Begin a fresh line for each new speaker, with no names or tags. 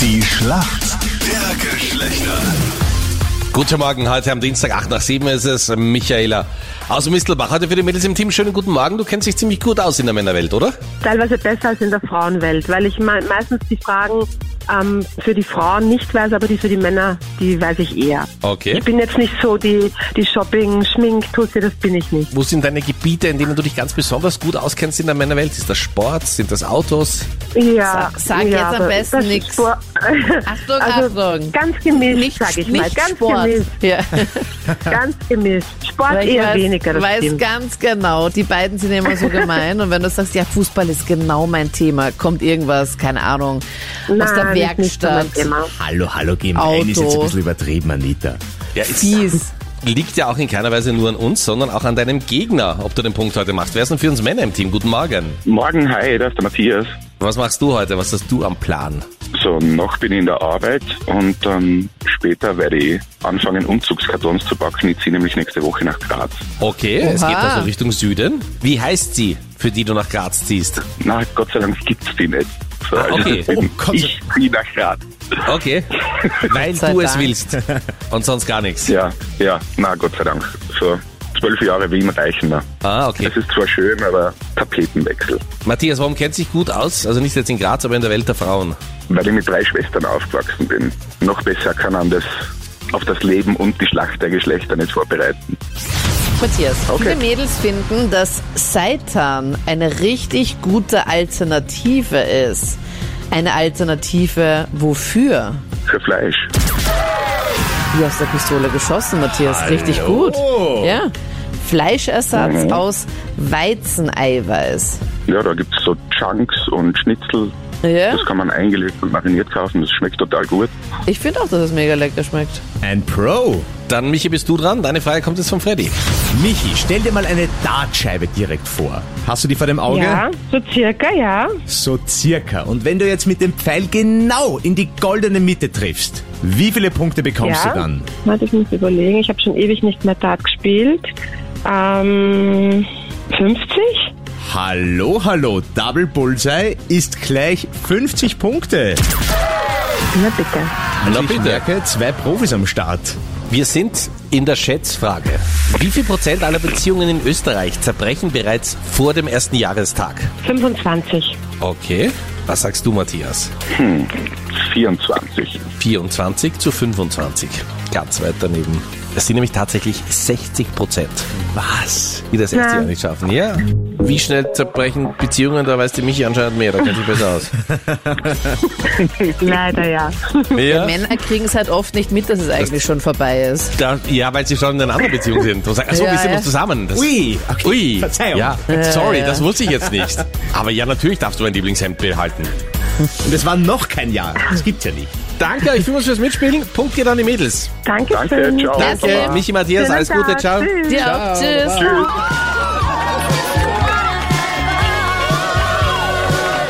Die Schlacht der Geschlechter.
Guten Morgen, heute am Dienstag, 8 nach 7 ist es, Michaela aus Mistelbach. Heute für die Mädels im Team, schönen guten Morgen. Du kennst dich ziemlich gut aus in der Männerwelt, oder?
teilweise besser als in der Frauenwelt, weil ich me meistens die Fragen ähm, für die Frauen nicht weiß, aber die für die Männer, die weiß ich eher.
Okay.
Ich bin jetzt nicht so die, die Shopping, Schmink, Tussi, das bin ich nicht.
Wo sind deine Gebiete, in denen du dich ganz besonders gut auskennst in der Männerwelt? Ist das Sport? Sind das Autos?
Ja,
Sag- sag
ja,
jetzt am
aber
besten
das ist
nix.
Spor-
Achtung,
Also
Achtung.
ganz gemischt,
Nicht,
sag ich mal.
nicht
Ganz
Sport.
gemischt,
Ja.
ganz gemischt. Sport
Weil ich
eher
weiß,
weniger, das
weiß
stimmt.
ganz genau, die beiden sind immer so gemein. Und wenn du sagst, ja, Fußball ist genau mein Thema, kommt irgendwas, keine Ahnung, aus der
Nein, das ist nicht so
Werkstatt,
mein Thema.
Hallo, hallo, gemein ist jetzt
Auto.
ein bisschen übertrieben, Anita.
Ja, ist,
fies.
liegt ja auch in keiner Weise nur an uns, sondern auch an deinem Gegner, ob du den Punkt heute machst. Wer ist denn für uns Männer im Team? Guten Morgen.
Morgen, hi, das ist der Matthias.
Was machst du heute? Was hast du am Plan?
So, noch bin ich in der Arbeit und dann später werde ich anfangen, Umzugskartons zu packen. Ich ziehe nämlich nächste Woche nach Graz.
Okay, es
Oha.
geht also Richtung Süden. Wie heißt sie, für die du nach Graz ziehst?
Na, Gott sei Dank gibt's die nicht. So, also
Ah, okay.
deswegen,
Oh, Gott sei-
ich ziehe nach Graz.
Okay, weil
Sei
du es
Dank.
willst und sonst gar nichts.
Ja, ja, na, Gott sei Dank. So, zwölf Jahre Wien reichen mir.
Ah, okay.
Es ist zwar schön, aber Tapetenwechsel.
Matthias, warum kennt sich gut aus? Also nicht jetzt in Graz, aber in der Welt der Frauen.
Weil ich mit drei Schwestern aufgewachsen bin. Noch besser kann man das auf das Leben und die Schlacht der Geschlechter nicht vorbereiten.
Matthias,
Okay.
viele Mädels finden, dass Seitan eine richtig gute Alternative ist. Eine Alternative wofür?
Für Fleisch.
Wie aus der Pistole geschossen, Matthias. Richtig gut. Ja.
Mhm.
Fleischersatz aus Weizeneiweiß.
Ja, da gibt's so Chunks und Schnitzel.
Ja.
Das kann man eingelegt und mariniert kaufen. Das schmeckt total gut.
Ich finde auch, dass es mega lecker schmeckt.
Ein Pro.
Dann, Michi, bist du dran? Deine Frage kommt jetzt von Freddy.
Michi, stell dir mal eine Dartscheibe direkt vor. Hast du die vor dem Auge?
Ja, so circa, ja.
So circa. Und wenn du jetzt mit dem Pfeil genau in die goldene Mitte triffst, wie viele Punkte bekommst
ja.
du dann?
Warte, ich muss überlegen. Ich habe schon ewig nicht mehr Dart gespielt. Ähm, 50?
Hallo, hallo, Double Bullseye ist gleich 50 Punkte.
Na bitte.
Also ich
bitte.
merke, zwei Profis am Start.
Wir sind in der Schätzfrage. Wie viel Prozent aller Beziehungen in Österreich zerbrechen bereits vor dem ersten Jahrestag?
25.
Okay. Was sagst du, Matthias?
24.
24 zu 25. Ganz weit daneben. Es sind nämlich tatsächlich 60 Prozent. Was? Die das erste
Ja.
Jahr nicht schaffen. Ja. Wie schnell zerbrechen Beziehungen? Da weiß die Michi anscheinend mehr. Da kennt sie besser aus.
Leider ja.
Mehr?
Männer kriegen es halt oft nicht mit, dass es eigentlich schon vorbei ist.
Da, ja, weil sie schon in einer anderen Beziehung sind. Und sagen, achso,
Ja,
wir sind
ja.
noch zusammen. Das,
Ui, okay,
Ui.
Verzeihung. Äh.
Ja, sorry, das wusste ich jetzt nicht. Aber ja, natürlich darfst du mein Lieblingshemd behalten.
Und es war noch kein Jahr. Das gibt's ja nicht.
Danke euch vielmals fürs Mitspielen. Punkt geht an die Mädels.
Danke
Danke, ciao.
Danke, Michi Matthias, alles Gute, ciao.
Dir auch. Tschüss.
Tschüss.